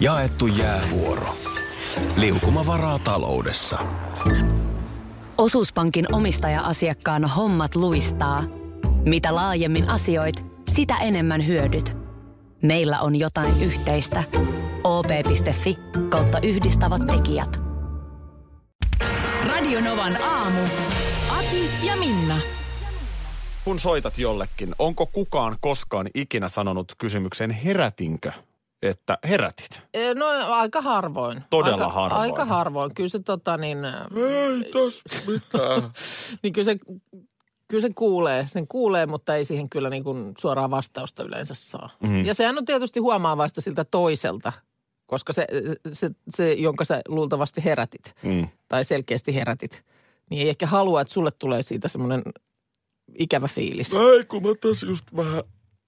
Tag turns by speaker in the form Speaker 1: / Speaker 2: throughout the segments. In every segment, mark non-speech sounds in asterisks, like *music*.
Speaker 1: Jaettu jäävuoro. Liukuma varaa taloudessa.
Speaker 2: Osuuspankin omistaja-asiakkaan hommat luistaa. Mitä laajemmin asioit, sitä enemmän hyödyt. Meillä on jotain yhteistä. op.fi kautta yhdistävät tekijät.
Speaker 3: Radionovan aamu. Ati ja Minna.
Speaker 4: kun soitat jollekin, onko kukaan koskaan ikinä sanonut kysymykseen herätinkö, että herätit?
Speaker 5: Ö, No aika harvoin.
Speaker 4: Todella
Speaker 5: aika,
Speaker 4: harvoin.
Speaker 5: Aika harvoin. Kyllä se tota niin, äh,
Speaker 4: Ei tos mitään.
Speaker 5: *laughs* niin kyllä se, kyllä se kuulee, sen kuulee, mutta ei siihen kyllä niin kuin suoraa vastausta yleensä saa.
Speaker 4: Mm.
Speaker 5: Mm. Ja sehän on tietysti huomaavaista siltä toiselta, koska se, se, se, jonka sä luultavasti herätit
Speaker 4: Mm.
Speaker 5: tai selkeästi herätit, niin ei ehkä halua, että sulle tulee siitä semmoinen ikävä fiilis.
Speaker 4: Ei, kun mä tässä just vähän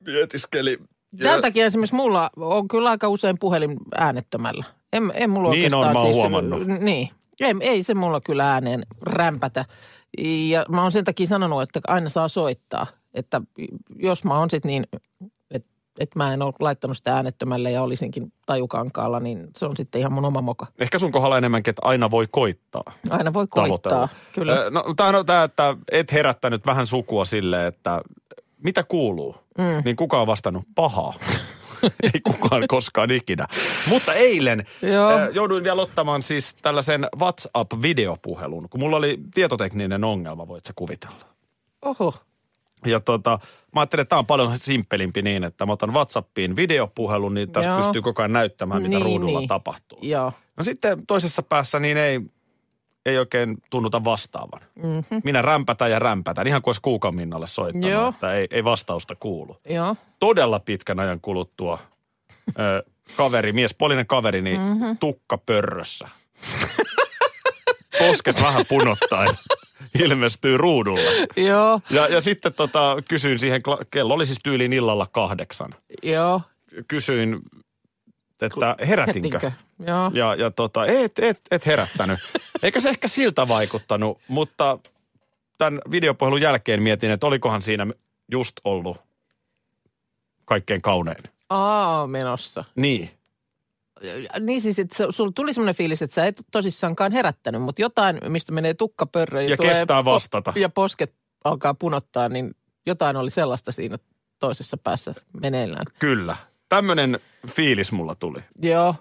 Speaker 4: mietiskelin.
Speaker 5: Tämän takia esimerkiksi mulla on kyllä aika usein puhelin äänettömällä. En, en mulla
Speaker 4: Niin on,
Speaker 5: oikeastaan
Speaker 4: mä oon
Speaker 5: siis,
Speaker 4: huomannut.
Speaker 5: n- Niin. Ei, ei se mulla kyllä ääneen rämpätä. Ja mä oon sen takia sanonut, että aina saa soittaa. Että jos mä oon sit niin, että et mä en ole laittanut sitä äänettömälle ja olisinkin tajukankaalla, niin se on sitten ihan mun oma moka.
Speaker 4: Ehkä sun kohdalla enemmänkin, että aina voi koittaa.
Speaker 5: Aina voi koittaa.
Speaker 4: Tavoitella.
Speaker 5: Kyllä.
Speaker 4: Ö, No, tämä on tämä, että et herättänyt vähän sukua sille, että mitä kuuluu? Mm. Niin kukaan on vastannut
Speaker 5: *laughs*
Speaker 4: pahaa. ei kukaan koskaan ikinä. Mutta eilen
Speaker 5: Joo.
Speaker 4: ö, jouduin vielä ottamaan siis tällaisen WhatsApp-videopuhelun, kun mulla oli tietotekninen ongelma, voit sä kuvitella.
Speaker 5: Oho.
Speaker 4: Ja tota, mä ajattelin, että tämä on paljon simppelimpi niin, että mä otan WhatsAppiin videopuhelun, niin tässä
Speaker 5: Joo.
Speaker 4: pystyy koko ajan näyttämään, mitä
Speaker 5: Niin,
Speaker 4: ruudulla
Speaker 5: niin.
Speaker 4: tapahtuu.
Speaker 5: Joo.
Speaker 4: No sitten toisessa päässä niin ei, ei oikein tunnuta vastaavan.
Speaker 5: Mhm.
Speaker 4: Mm-hmm. Minä rämpätän ja rämpätän, ihan kuin olisi kuukan minnalle soittanut,
Speaker 5: Mm. Joo.
Speaker 4: että ei, ei vastausta kuulu.
Speaker 5: Joo.
Speaker 4: Todella pitkän ajan kuluttua ö, kaveri, miespuolinen kaveri, niin
Speaker 5: Mhm.
Speaker 4: mm-hmm. tukka pörrössä. *laughs* Poskes vähän punottaen ilmestyy ruudulla.
Speaker 5: Joo.
Speaker 4: Ja, ja sitten tota, kysyin siihen, kla- kello oli siis tyyliin illalla kahdeksan.
Speaker 5: Joo.
Speaker 4: Kysyin, että herätinkö?
Speaker 5: Joo.
Speaker 4: Ja, ja tota, et, et, et herättänyt. Eikä se ehkä siltä vaikuttanut, mutta tämän videopuhelun jälkeen mietin, että olikohan siinä just ollut kaikkein kaunein.
Speaker 5: Aa, menossa.
Speaker 4: Niin.
Speaker 5: Niin siis, että sulla tuli semmoinen fiilis, että sä et tosissaankaan herättänyt, mutta jotain, mistä menee tukka pörröön
Speaker 4: Ja
Speaker 5: Niin tulee
Speaker 4: kestää vastata.
Speaker 5: ja posket alkaa punottaa, niin jotain oli sellaista siinä toisessa päässä meneillään.
Speaker 4: Kyllä. Tämmöinen fiilis mulla tuli.
Speaker 5: Joo.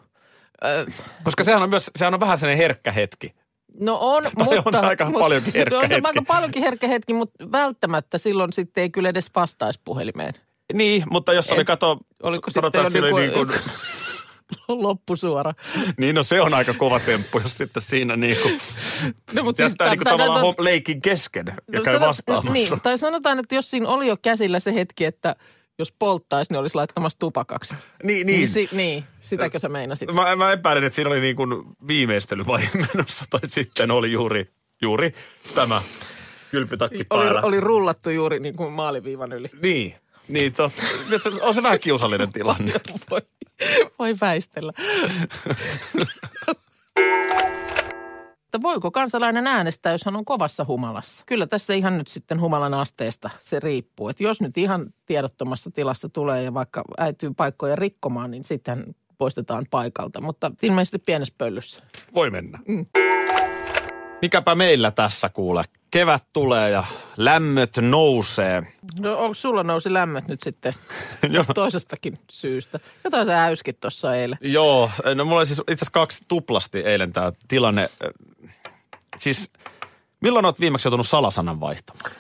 Speaker 5: Ö,
Speaker 4: Koska sehän on myös, sehän on vähän sellainen herkkä hetki.
Speaker 5: No on,
Speaker 4: on
Speaker 5: mutta...
Speaker 4: se aika
Speaker 5: mutta- *laughs*
Speaker 4: paljonkin herkkä
Speaker 5: on se
Speaker 4: hetki.
Speaker 5: aika paljonkin herkkä hetki, mutta välttämättä silloin sitten ei kyllä edes vastaisi puhelimeen. *laughs*
Speaker 4: Niin, mutta jos oli
Speaker 5: Et-
Speaker 4: kato,
Speaker 5: oliko
Speaker 4: sanotaan, että
Speaker 5: sitten
Speaker 4: siinä
Speaker 5: jo
Speaker 4: oli niin
Speaker 5: niinku-
Speaker 4: kuin,
Speaker 5: Loppusuora.
Speaker 4: niin no se on aika kova temppu, jos sitten siinä niin kuin,
Speaker 5: No, mutta
Speaker 4: jättää
Speaker 5: tää-
Speaker 4: niin kuin
Speaker 5: tää-
Speaker 4: tavallaan
Speaker 5: tää-
Speaker 4: hom- leikin kesken ja
Speaker 5: No
Speaker 4: käy
Speaker 5: sanot-
Speaker 4: vastaamassa.
Speaker 5: Niin, tai sanotaan, että jos siinä oli jo käsillä se hetki, että jos polttaisi, niin olisi laittamassa tupakaksi.
Speaker 4: niin,
Speaker 5: Niin,
Speaker 4: niin.
Speaker 5: si, niin sitäkö sä meinasit?
Speaker 4: Mä, mä epäilen, että siinä oli niin kuin viimeistelyvaihe *laughs* menossa, tai sitten oli juuri, juuri tämä kylpytakki päällä.
Speaker 5: Oli, oli rullattu juuri niin kuin maaliviivan yli. *laughs*
Speaker 4: Niin, niin tot, on se vähän kiusallinen
Speaker 5: *laughs*
Speaker 4: tilanne.
Speaker 5: Voi, voi väistellä. *laughs* Mutta voiko kansalainen äänestää, jos hän on kovassa humalassa? Kyllä tässä ihan nyt sitten humalan asteesta se riippuu. Että jos nyt ihan tiedottomassa tilassa tulee ja vaikka äityy paikkoja rikkomaan, niin sitten poistetaan paikalta. Mutta ilmeisesti pienessä pöllyssä.
Speaker 4: Voi mennä.
Speaker 5: Mm.
Speaker 4: Mikäpä meillä tässä kuule. Kevät tulee ja lämmöt nousee. *laughs*
Speaker 5: No onko sulla nousi lämmöt nyt sitten
Speaker 4: Joo.
Speaker 5: toisestakin syystä? Jotain sä äyskit tuossa eilen.
Speaker 4: Joo, no mulla oli siis itse asiassa kaksi tuplasti eilen tämä tilanne. Eh, Siis milloin olet viimeksi joutunut salasanan vaihtamaan?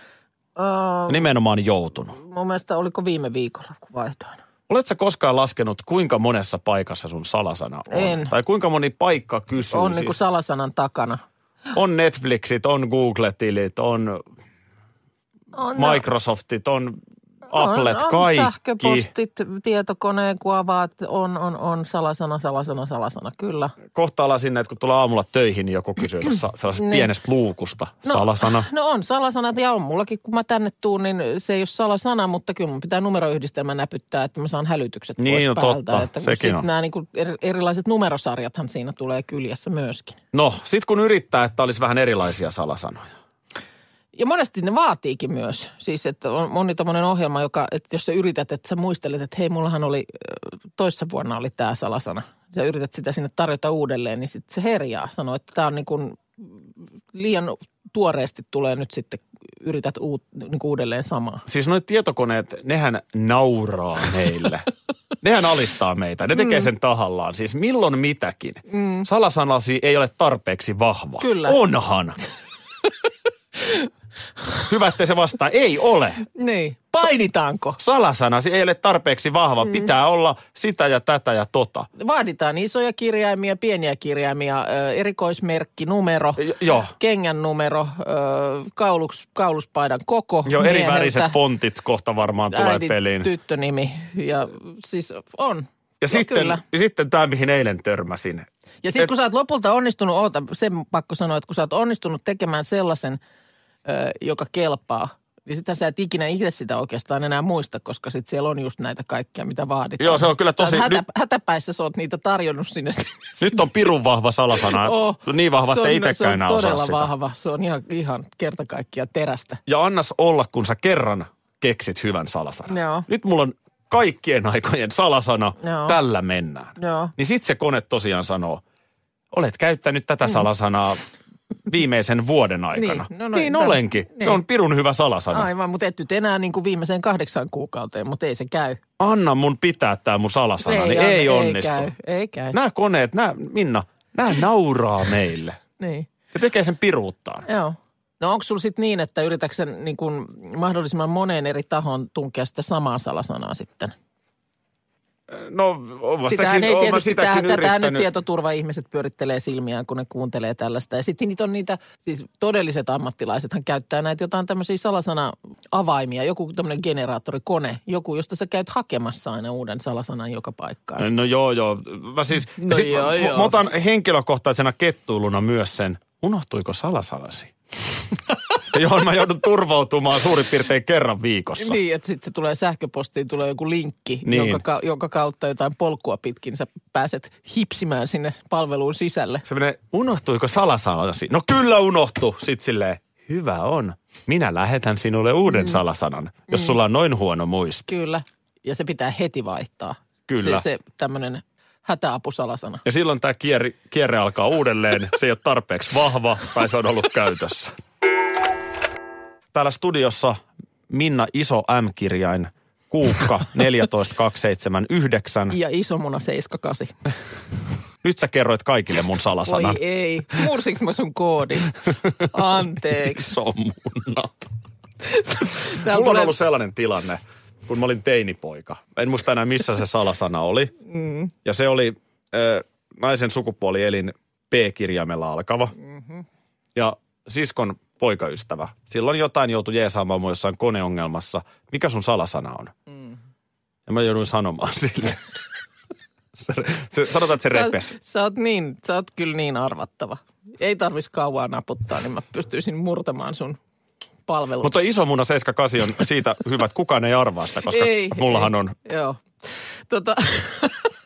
Speaker 5: Öö,
Speaker 4: Nimenomaan joutunut.
Speaker 5: mun mielestä oliko viime viikolla, kun vaihdoin?
Speaker 4: Oletko koskaan laskenut, kuinka monessa paikassa sun salasana on?
Speaker 5: En.
Speaker 4: Tai kuinka moni paikka kysyy?
Speaker 5: on
Speaker 4: siis,
Speaker 5: niin kuin salasanan takana.
Speaker 4: on Netflixit, on Google-tilit, on
Speaker 5: On, no.
Speaker 4: Microsoftit, on Applet,
Speaker 5: on, on
Speaker 4: kaikki.
Speaker 5: sähköpostit tietokoneen, kun avaat, on, on, on salasana, salasana, salasana, kyllä.
Speaker 4: Kohta ollaan sinne, että kun tulee aamulla töihin, niin joku
Speaker 5: *clears throat*
Speaker 4: kysyy tuossa sellaisesta
Speaker 5: Niin.
Speaker 4: pienestä luukusta salasana.
Speaker 5: No on salasanat ja on mullakin, kun mä tänne tuun, niin se ei ole salasana, mutta kyllä mun pitää numeroyhdistelmä näpyttää, että mä saan hälytykset
Speaker 4: Niin,
Speaker 5: pois
Speaker 4: no
Speaker 5: päältä.
Speaker 4: totta,
Speaker 5: että kun
Speaker 4: sekin
Speaker 5: sit
Speaker 4: on.
Speaker 5: Nämä niin kuin er, erilaiset numerosarjathan siinä tulee kyljessä myöskin.
Speaker 4: No, sit kun yrittää, että olisi vähän erilaisia salasanoja.
Speaker 5: Ja monesti ne vaatiikin myös. Siis, että on moni tommonen ohjelma, joka, että jos sä yrität, että sä muistelet, että hei, mullahan oli, äh, toissa vuonna oli tämä salasana. sä yrität sitä sinne tarjota uudelleen, niin sitten se herjaa. Sanoo, että tämä on niin kuin liian tuoreesti tulee nyt sitten, yrität uut, niin kuin uudelleen samaa.
Speaker 4: Siis noit tietokoneet, nehän nauraa
Speaker 5: *laughs*
Speaker 4: meille. nehän alistaa meitä. Ne
Speaker 5: Mm.
Speaker 4: tekee sen tahallaan. Siis milloin mitäkin. Mm. Salasanasi ei ole tarpeeksi vahva.
Speaker 5: Kyllä. *laughs*
Speaker 4: Onhan. Hyvä, että se vastaa. Ei ole.
Speaker 5: Niin. Painitaanko?
Speaker 4: Salasanasi ei ole tarpeeksi vahva. Mm. Pitää olla sitä ja tätä ja tota.
Speaker 5: Vaaditaan isoja kirjaimia, pieniä kirjaimia, ö, erikoismerkki, numero,
Speaker 4: Jo- joo.
Speaker 5: kengän numero, ö, kauluks, kauluspaidan koko.
Speaker 4: Joo, eri
Speaker 5: mieheltä,
Speaker 4: väriset fontit kohta varmaan tulee
Speaker 5: äidin
Speaker 4: peliin.
Speaker 5: tyttönimi ja siis on.
Speaker 4: ja, sitten,
Speaker 5: kyllä.
Speaker 4: ja sitten tämä, mihin eilen törmäsin.
Speaker 5: Ja sitten
Speaker 4: Et-
Speaker 5: kun sä oot lopulta onnistunut, oota, sen pakko sanoa, että kun sä oot onnistunut tekemään sellaisen, ö, joka kelpaa, niin sitä sä et ikinä itse sitä oikeastaan enää muista, koska sit siellä on just näitä kaikkia, mitä vaaditaan.
Speaker 4: Joo, se on kyllä tosi-
Speaker 5: Sä oot Hätä,
Speaker 4: nyt-
Speaker 5: hätäpäissä sä oot niitä tarjonnut sinne.
Speaker 4: Nyt on pirun vahva salasana.
Speaker 5: *laughs* Oo.
Speaker 4: Niin vahva,
Speaker 5: Oh. Se
Speaker 4: että
Speaker 5: on-
Speaker 4: ei itsekään
Speaker 5: Se
Speaker 4: enää
Speaker 5: on
Speaker 4: osaa
Speaker 5: todella
Speaker 4: sitä.
Speaker 5: vahva. Se on ihan, ihan kerta kaikkiaan terästä.
Speaker 4: Ja annas olla, kun sä kerran keksit hyvän salasanan.
Speaker 5: Joo.
Speaker 4: Nyt mulla on kaikkien aikojen salasana.
Speaker 5: Joo.
Speaker 4: Tällä mennään.
Speaker 5: Joo.
Speaker 4: Niin sit se kone tosiaan sanoo, olet käyttänyt tätä salasanaa viimeisen vuoden aikana.
Speaker 5: Mm. Niin, no noin,
Speaker 4: niin
Speaker 5: tämä-
Speaker 4: olenkin. Niin. Se
Speaker 5: niin.
Speaker 4: on pirun hyvä salasana.
Speaker 5: Aivan, mutta et nyt enää niin kuin viimeiseen kahdeksaan kuukauteen, mutta ei se käy.
Speaker 4: Anna mun pitää tää mun salasana, niin
Speaker 5: anna-
Speaker 4: ei onnistu. No.
Speaker 5: Ei käy, ei käy.
Speaker 4: Nämä koneet, nämä, Minna, nämä nauraa meille.
Speaker 5: Niin.
Speaker 4: Ja tekee sen piruuttaan.
Speaker 5: Joo. No onko sulla sitten niin, että yritätkö sä niin kun mahdollisimman moneen eri tahon tunkea sitä samaa salasanaa sitten?
Speaker 4: No, on mä
Speaker 5: Sitähän
Speaker 4: sitäkin,
Speaker 5: ei
Speaker 4: on mä
Speaker 5: tietysti,
Speaker 4: sitäkin
Speaker 5: tähän, tätähän nyt
Speaker 4: yrittänyt.
Speaker 5: tietoturva-ihmiset pyörittelee silmiään, kun ne kuuntelee tällaista. Ja sitten niitä on niitä, siis todelliset ammattilaisethan käyttää näitä jotain tämmöisiä salasana-avaimia. Joku tämmöinen generaattorikone, joku, josta sä käyt hakemassa aina uuden salasanan joka paikkaan.
Speaker 4: No joo, joo. Mä siis,
Speaker 5: No
Speaker 4: sit,
Speaker 5: joo,
Speaker 4: mä,
Speaker 5: joo.
Speaker 4: mä otan henkilökohtaisena kettuiluna myös sen, unohtuiko
Speaker 5: *laughs*
Speaker 4: salasanasi? johon mä joudun turvautumaan suurin piirtein kerran viikossa.
Speaker 5: Niin, että sitten se tulee sähköpostiin, tulee joku linkki,
Speaker 4: Niin.
Speaker 5: niin. jonka, ka- jonka kautta jotain polkua pitkin sä pääset hipsimään sinne palveluun sisälle.
Speaker 4: Se menee, unohtuiko salasanasi? No kyllä unohtu. Sitten silleen, hyvä on. Minä lähetän sinulle uuden mm. salasanan, jos sulla on noin huono muisti.
Speaker 5: Kyllä. Ja se pitää heti vaihtaa.
Speaker 4: Kyllä.
Speaker 5: Se, se tämmöinen hätäapusalasana.
Speaker 4: Ja silloin tämä kierre, kierre alkaa uudelleen. Se ei ole tarpeeksi vahva tai se on ollut käytössä. Täällä studiossa Minna Iso M-kirjain Kuukka 14279.
Speaker 5: Ja iso muna 78.
Speaker 4: Nyt sä kerroit kaikille mun
Speaker 5: Voi
Speaker 4: salasanan.
Speaker 5: ei. Mursiks mä sun koodin? Anteeksi.
Speaker 4: Se on mun nat-
Speaker 5: Täällä
Speaker 4: Mulla on
Speaker 5: tulee-
Speaker 4: ollut sellainen tilanne, kun mä olin teinipoika. En muista enää, missä se salasana oli. Mm. Ja se oli ö, naisen sukupuolielin P-kirjaimella alkava. Mm-hmm. Ja siskon poikaystävä. Silloin jotain joutui jeesaamaan mua jossain koneongelmassa. Mikä sun salasana on? Mm. Ja mä jouduin sanomaan
Speaker 5: *laughs*
Speaker 4: sille. se, se, sanotaan, että se repesi.
Speaker 5: Sä, sä, oot niin, sä oot kyllä niin arvattava. Ei tarvis kauaa naputtaa, niin mä pystyisin murtamaan sun palvelun.
Speaker 4: Mutta iso muna 78 on siitä hyvä, että kukaan ei arvaa sitä, koska
Speaker 5: Ei,
Speaker 4: mullahan
Speaker 5: ei.
Speaker 4: on
Speaker 5: Joo. Tota, *laughs*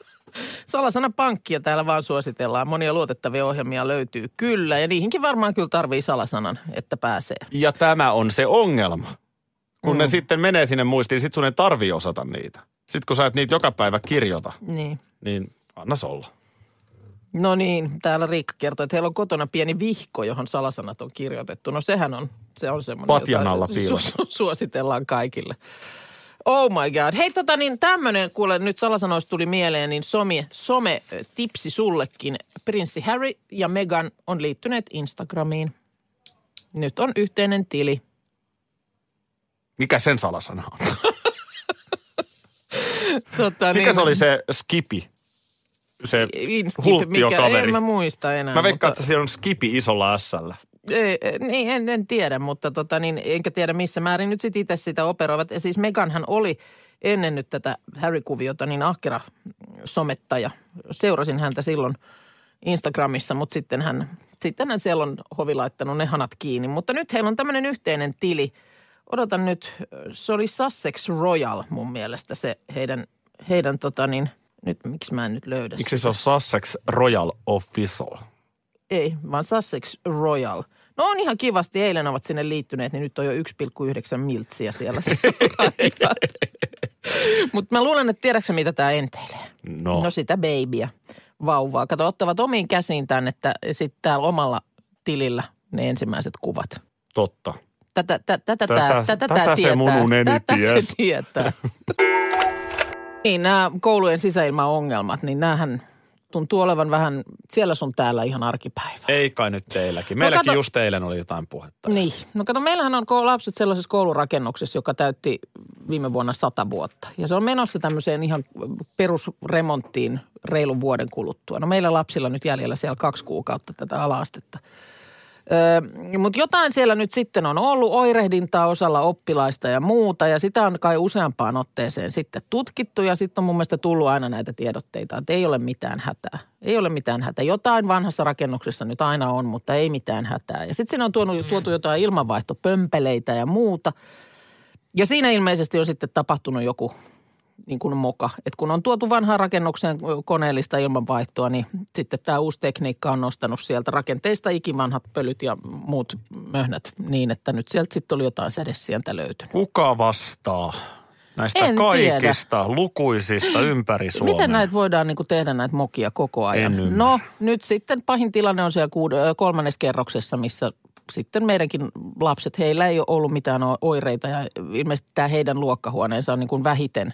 Speaker 5: salasana pankkia täällä vaan suositellaan. Monia luotettavia ohjelmia löytyy kyllä ja niihinkin varmaan kyllä tarvii salasanan, että pääsee.
Speaker 4: Ja tämä on se ongelma. Kun mm. ne sitten menee sinne muistiin, sit sun ei tarvi osata niitä. Sitten kun sä et niitä joka päivä kirjoita,
Speaker 5: Niin.
Speaker 4: niin anna se olla.
Speaker 5: No niin, täällä Riikka kertoo, että heillä on kotona pieni vihko, johon salasanat on kirjoitettu. No sehän on, se on semmoinen,
Speaker 4: Patjan
Speaker 5: jota
Speaker 4: alla piilossa.
Speaker 5: su- suositellaan kaikille. Oh my god. Hei tota niin tämmönen, kuule nyt salasanoista tuli mieleen, niin some, some ö, tipsi sullekin. Prinssi Harry ja Meghan on liittyneet Instagramiin. Nyt on yhteinen tili.
Speaker 4: Mikä sen salasana on?
Speaker 5: No Tota,
Speaker 4: Mikä se oli se skipi? Se
Speaker 5: Insta,
Speaker 4: hulttiokaveri.
Speaker 5: En mä
Speaker 4: Mä,
Speaker 5: muista enää.
Speaker 4: mä veikkaan,
Speaker 5: mutta-
Speaker 4: että siellä on skipi isolla ässällä.
Speaker 5: Ei, ei, niin, en, en tiedä, mutta tota, niin, enkä tiedä missä määrin nyt sitten itse sitä operoivat. Ja siis Meganhan oli ennen nyt tätä Harry-kuviota niin ahkera somettaja. Seurasin häntä silloin Instagramissa, mutta sitten hän, sitten hän siellä on hovi laittanut ne hanat kiinni. Mutta nyt heillä on tämmöinen yhteinen tili. Odotan nyt, se oli Sussex Royal mun mielestä se heidän, heidän tota niin, nyt miksi mä en nyt löydä
Speaker 4: Miksi se on Sussex Royal Official?
Speaker 5: ei, vaan Sussex Royal. No on ihan kivasti, eilen ovat sinne liittyneet, niin nyt on jo 1,9 miltsiä
Speaker 4: *laughs*
Speaker 5: siellä. Mutta mä luulen, että tiedätkö sä, mitä tämä enteilee?
Speaker 4: No,
Speaker 5: No sitä babyä. vauvaa. Kato, ottavat omiin käsiin tämän, että sitten täällä omalla tilillä ne ensimmäiset kuvat.
Speaker 4: Totta.
Speaker 5: Tätä, tä, tätä,
Speaker 4: Tätä-
Speaker 5: tää- tätä,
Speaker 4: tätä
Speaker 5: tää
Speaker 4: se
Speaker 5: tietää.
Speaker 4: mun uneni
Speaker 5: tätä
Speaker 4: ties.
Speaker 5: se tietää.
Speaker 4: *laughs*
Speaker 5: niin, nämä koulujen sisäilmaongelmat, niin näähän tuntuu olevan vähän siellä sun täällä ihan arkipäivä.
Speaker 4: Ei kai nyt teilläkin. Meilläkin
Speaker 5: No kato-
Speaker 4: just eilen oli jotain puhetta.
Speaker 5: Niin. No kato, meillähän on ko- lapset sellaisessa koulurakennuksessa, joka täytti viime vuonna sata vuotta. Ja se on menossa tämmöiseen ihan perusremonttiin reilun vuoden kuluttua. No meillä lapsilla nyt jäljellä siellä kaksi kuukautta tätä alaastetta. Öö, Mutta jotain siellä nyt sitten on ollut, oirehdintaa osalla oppilaista ja muuta, ja sitä on kai useampaan otteeseen sitten tutkittu, ja sitten on mun mielestä tullut aina näitä tiedotteita, että ei ole mitään hätää. Ei ole mitään hätää. Jotain vanhassa rakennuksessa nyt aina on, mutta ei mitään hätää. Ja sitten siinä on tuonut, tuotu jotain ilmanvaihtopömpeleitä ja muuta. Ja siinä ilmeisesti on sitten tapahtunut joku niin kuin moka. Et kun on tuotu vanhaan rakennukseen koneellista ilmanvaihtoa, niin sitten tämä uusi tekniikka on nostanut sieltä rakenteista ikivanhat pölyt ja muut möhnät niin, että nyt sieltä sitten oli jotain sädesientä löytynyt.
Speaker 4: Kuka vastaa näistä
Speaker 5: En
Speaker 4: kaikista lukuisista ympäri Suomen?
Speaker 5: Miten näitä voidaan niin kuin tehdä näitä mokia koko ajan?
Speaker 4: En ymmärrä.
Speaker 5: no nyt sitten pahin tilanne on siellä kuud- ö, kolmannes kerroksessa, missä sitten meidänkin lapset, heillä ei ole ollut mitään o- oireita ja ilmeisesti tämä heidän luokkahuoneensa on niin kuin vähiten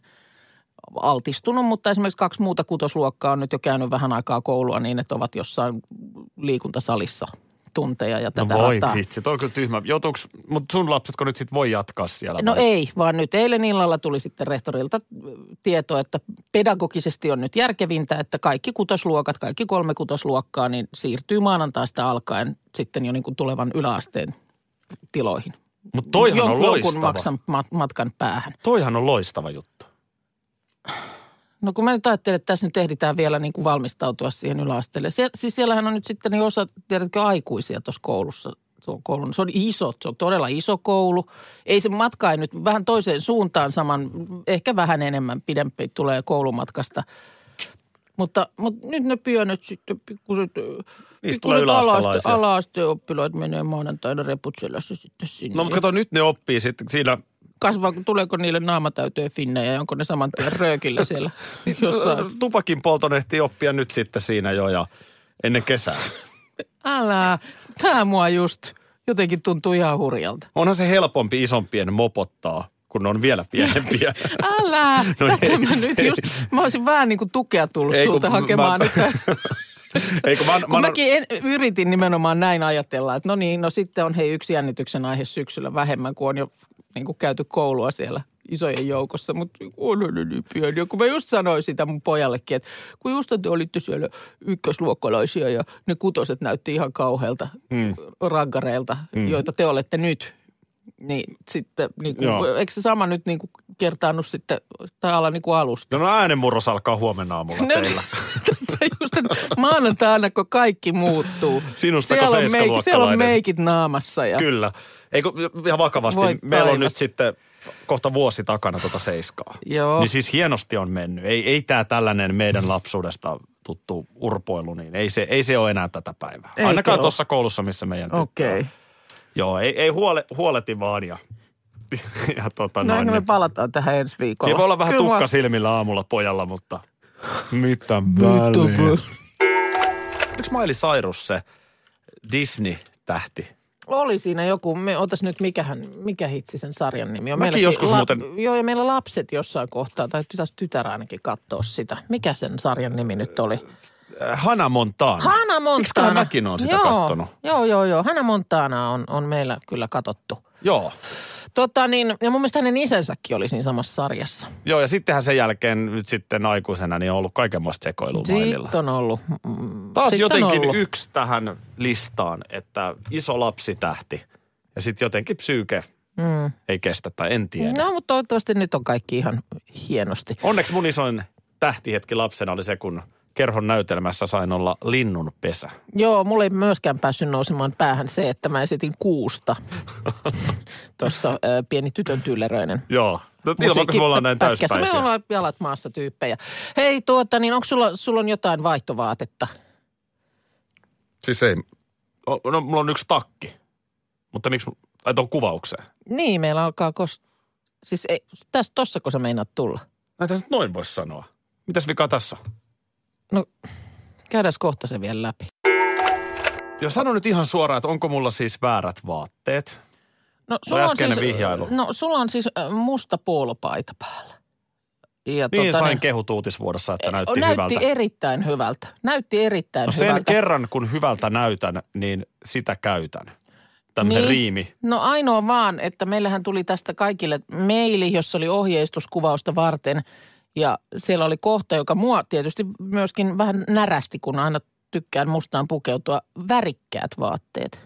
Speaker 5: altistunut, mutta esimerkiksi kaksi muuta kutosluokkaa on nyt jo käynyt vähän aikaa koulua niin, että ovat jossain liikuntasalissa tunteja ja
Speaker 4: No
Speaker 5: tätä
Speaker 4: voi
Speaker 5: rataa.
Speaker 4: vitsi, toi on kyllä tyhmä. Joutuuks, mutta sun lapsetko nyt sit voi jatkaa siellä?
Speaker 5: No
Speaker 4: vai?
Speaker 5: ei, vaan nyt eilen illalla tuli sitten rehtorilta äh, tieto, että pedagogisesti on nyt järkevintä, että kaikki kutosluokat, kaikki kolme kutosluokkaa, niin siirtyy maanantaista alkaen sitten jo niin kuin tulevan yläasteen tiloihin.
Speaker 4: Mut toihan
Speaker 5: Jon-
Speaker 4: on
Speaker 5: Jonkun
Speaker 4: loistava.
Speaker 5: maksan, mat, matkan päähän.
Speaker 4: Toihan on loistava juttu.
Speaker 5: No kun mä nyt ajattelen, että tässä nyt ehditään vielä niin kuin valmistautua siihen yläasteelle. Sie- siis siellähän on nyt sitten niin osa, tiedätkö, aikuisia tuossa koulussa. Se on, koulu, se on iso, se on todella iso koulu. Ei se matka ei nyt vähän toiseen suuntaan saman, ehkä vähän enemmän pidempi tulee koulumatkasta. Mutta, mutta nyt ne pienet sitten, pikkuset, pikkuset
Speaker 4: tulee yläastelaisia.
Speaker 5: ala-asteoppilaat menee maanantaina reput selässä sitten sinne.
Speaker 4: No mutta kato, nyt ne oppii sitten siinä.
Speaker 5: Kasvaa, tuleeko niille naama täyteen finnejä ja onko ne saman tien röökillä
Speaker 4: *laughs*
Speaker 5: siellä
Speaker 4: Niin,
Speaker 5: jossain.
Speaker 4: äh, Tupakin polton ehtii oppia nyt sitten siinä jo ja ennen
Speaker 5: *laughs*
Speaker 4: kesää.
Speaker 5: Älä, tämä mua just jotenkin tuntuu ihan hurjalta.
Speaker 4: Onhan se helpompi isompien mopottaa, kun ne on vielä
Speaker 5: *laughs*
Speaker 4: pienempiä.
Speaker 5: Älä,
Speaker 4: *laughs* No
Speaker 5: no tätä
Speaker 4: ei,
Speaker 5: mä nyt
Speaker 4: ei.
Speaker 5: just, mä olisin vähän niin kuin tukea tullut
Speaker 4: Ei, kun
Speaker 5: sulta
Speaker 4: mä-
Speaker 5: hakemaan
Speaker 4: mä-
Speaker 5: nyt.
Speaker 4: *laughs*
Speaker 5: Kun
Speaker 4: Ei, kun mä,
Speaker 5: mä mäkin en, yritin nimenomaan näin ajatella, että no niin, no sitten on hei yksi jännityksen aihe syksyllä vähemmän, kun on jo niin kuin käyty koulua siellä isojen joukossa, mutta on ne niin pieniä. Kun mä just sanoin sitä mun pojallekin, että kun just te olitte siellä ykkösluokkalaisia ja ne kutoset näytti ihan kauhealta mm. raggareilta, mm. joita te olette nyt, niin sitten, niin kuin,
Speaker 4: Joo.
Speaker 5: eikö se sama nyt niin kuin kertaannut sitten, tai ala niin kuin alusta?
Speaker 4: No, no äänenmurros alkaa huomenna aamulla
Speaker 5: No
Speaker 4: teillä.
Speaker 5: Tota just, että maanantaina, kun kaikki muuttuu.
Speaker 4: Sinustako
Speaker 5: siellä on, meik,
Speaker 4: seiskaluokkalainen?
Speaker 5: siellä on meikit naamassa ja
Speaker 4: Kyllä. Ei, kun, ihan vakavasti.
Speaker 5: Voi
Speaker 4: Meillä on
Speaker 5: taivas.
Speaker 4: nyt sitten kohta vuosi takana tuota seiskaa.
Speaker 5: Joo.
Speaker 4: Niin siis hienosti on mennyt. Ei, ei tämä tällainen meidän lapsuudesta tuttu urpoilu, niin ei se, ei se ole enää tätä päivää.
Speaker 5: Eikö
Speaker 4: Ainakaan
Speaker 5: oo?
Speaker 4: tuossa koulussa, missä meidän
Speaker 5: Okei. No,
Speaker 4: tyttö on. Joo, ei, ei huole, huoleti vaan ja, *laughs* ja tota
Speaker 5: No,
Speaker 4: noin.
Speaker 5: no me
Speaker 4: niin.
Speaker 5: palataan tähän ensi viikolla.
Speaker 4: Siinä voi olla vähän
Speaker 5: Kyllä
Speaker 4: tukka
Speaker 5: mua-
Speaker 4: silmillä aamulla pojalla,
Speaker 5: *laughs*
Speaker 4: mutta... Mitä väliä? Oliko Miley Cyrus se Disney-tähti?
Speaker 5: Oli siinä joku, me otas nyt mikähän, mikä hitsi sen sarjan nimi on.
Speaker 4: Mäkin
Speaker 5: Meilläkin
Speaker 4: joskus muuten-
Speaker 5: Joo, ja meillä lapset jossain kohtaa, tai taas tytär ainakin katsoa sitä. Mikä sen sarjan nimi nyt oli?
Speaker 4: Äh, Hannah Montana.
Speaker 5: Hanna Montana.
Speaker 4: Eiköhän mäkin ole sitä
Speaker 5: joo,
Speaker 4: kattonut?
Speaker 5: Joo, joo, joo. Hanna Montana on, on meillä kyllä katottu.
Speaker 4: Joo.
Speaker 5: Tota niin, ja mun mielestä hänen isänsäkin oli siinä samassa sarjassa.
Speaker 4: Joo, ja sittenhän sen jälkeen nyt sitten aikuisena niin on ollut kaikenmoista sekoilua maailmilla.
Speaker 5: Sitten on ollut. mm,
Speaker 4: Taas
Speaker 5: sit on
Speaker 4: jotenkin
Speaker 5: ollut.
Speaker 4: yksi tähän listaan, että iso lapsitähti ja sitten jotenkin psyyke
Speaker 5: Mm.
Speaker 4: ei kestä tai en tiedä.
Speaker 5: No, mutta toivottavasti nyt on kaikki ihan hienosti.
Speaker 4: Onneksi mun isoin tähtihetki lapsena oli se, kun kerhon näytelmässä sain olla linnun pesä.
Speaker 5: Joo, mulla ei myöskään päässyt nousemaan päähän se, että mä esitin
Speaker 4: *laughs*
Speaker 5: kuusta. Tuossa ö, pieni tytön tylleröinen.
Speaker 4: Joo. No ilman, kun me ollaan näin
Speaker 5: Musiikkipätkässä.
Speaker 4: täyspäisiä.
Speaker 5: Me ollaan jalat maassa tyyppejä. Hei tuota, niin onko sulla, sulla on jotain vaihtovaatetta?
Speaker 4: Siis ei. O- No, mulla on yksi takki. Mutta miksi, ai tuon kuvaukseen.
Speaker 5: Niin, meillä alkaa kos... Siis ei, tässä tossa, kun sä meinaat tulla.
Speaker 4: Näitä nyt noin voisi sanoa. Mitäs vikaa tässä on?
Speaker 5: No, Käydään kohta se vielä läpi.
Speaker 4: Jos sanon nyt ihan suoraan, että onko mulla siis väärät vaatteet.
Speaker 5: No,
Speaker 4: äskeinen vihjailu.
Speaker 5: No, sulla on siis äh, musta poolopaita päällä. Ja
Speaker 4: Niin
Speaker 5: tota
Speaker 4: sain
Speaker 5: niin-
Speaker 4: kehut uutisvuodossa, että näytti
Speaker 5: näytti
Speaker 4: hyvältä.
Speaker 5: erittäin hyvältä. Näytti erittäin
Speaker 4: no sen
Speaker 5: hyvältä.
Speaker 4: kerran, kun hyvältä näytän, niin sitä käytän. Tämmöinen
Speaker 5: Niin.
Speaker 4: riimi.
Speaker 5: No ainoa vaan, että meillähän tuli tästä kaikille maili, jossa oli ohjeistuskuvausta varten. Ja siellä oli kohta, joka mua tietysti myöskin vähän närästi, kun aina tykkään mustaan pukeutua värikkäät vaatteet.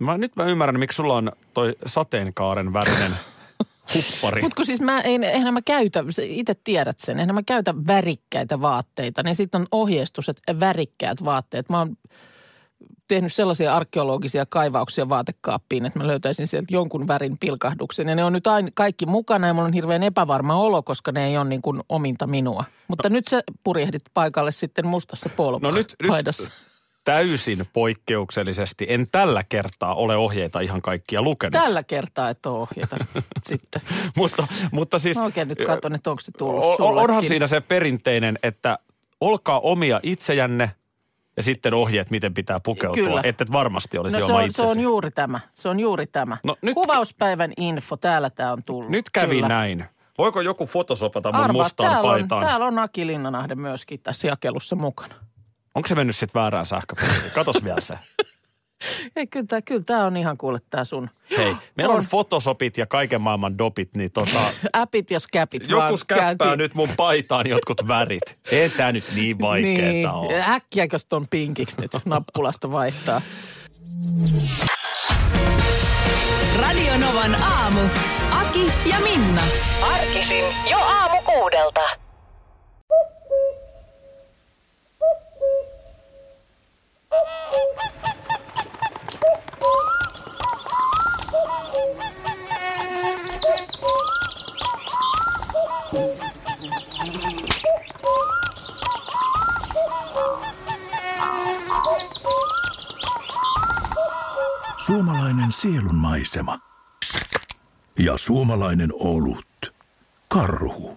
Speaker 4: Mä, nyt mä ymmärrän, miksi sulla on toi sateenkaaren
Speaker 5: *laughs*
Speaker 4: värinen huppari.
Speaker 5: Mutta kun siis mä en, eihän mä käytä, itse tiedät sen, eihän mä käytä värikkäitä vaatteita, niin sitten on ohjeistus, että värikkäät vaatteet. Mä oon tehnyt sellaisia arkeologisia kaivauksia vaatekaappiin, että mä löytäisin sieltä jonkun värin pilkahduksen. Ja ne on nyt aina kaikki mukana ja mulla on hirveän epävarma olo, koska ne ei ole niin kuin ominta minua. Mutta no. nyt sä purjehdit paikalle sitten mustassa
Speaker 4: No nyt,
Speaker 5: polvapaidassa.
Speaker 4: nyt täysin poikkeuksellisesti. En tällä kertaa ole ohjeita ihan kaikkia lukenut.
Speaker 5: Tällä kertaa et ole ohjeita sitten.
Speaker 4: *laughs* mutta, mutta siis
Speaker 5: Mä No oikein nyt katson, että onko se tullut
Speaker 4: o- o- onhan
Speaker 5: sullekin.
Speaker 4: siinä se perinteinen, että olkaa omia itsejänne ja sitten ohjeet, miten pitää pukeutua.
Speaker 5: Kyllä.
Speaker 4: Että et varmasti olisi
Speaker 5: No se
Speaker 4: oma
Speaker 5: on, se
Speaker 4: itsesi.
Speaker 5: on juuri tämä. Se on juuri tämä.
Speaker 4: No nyt-
Speaker 5: Kuvauspäivän info, täällä tämä on tullut.
Speaker 4: Nyt kävi
Speaker 5: Kyllä.
Speaker 4: näin. Voiko joku fotosopata mun
Speaker 5: Arvaa,
Speaker 4: mustaan
Speaker 5: täällä
Speaker 4: paitaan?
Speaker 5: On, täällä on Aki Linnanahde myöskin tässä jakelussa mukana.
Speaker 4: Onko se mennyt sitten väärään sähköpostiin? Katos vielä
Speaker 5: *laughs*
Speaker 4: se.
Speaker 5: Ei, kyllä, tämä, kyllä tämä on ihan kuule tämä sun
Speaker 4: Hei, meillä on fotosopit ja kaiken maailman dopit, niin
Speaker 5: *laughs*
Speaker 4: tota,
Speaker 5: äpit ja skäpit vaan
Speaker 4: joku skäppää
Speaker 5: käyntiin.
Speaker 4: nyt mun paitaan jotkut värit. Ei tää nyt niin vaikeeta
Speaker 5: niin,
Speaker 4: ole.
Speaker 5: äkkiäkös ton pinkiksi nyt nappulasta vaihtaa.
Speaker 3: Radio Novan aamu. Aki ja Minna.
Speaker 6: Arkisin jo aamu kuudelta.
Speaker 7: Suomalainen sielunmaisema. Ja suomalainen olut. Karhu.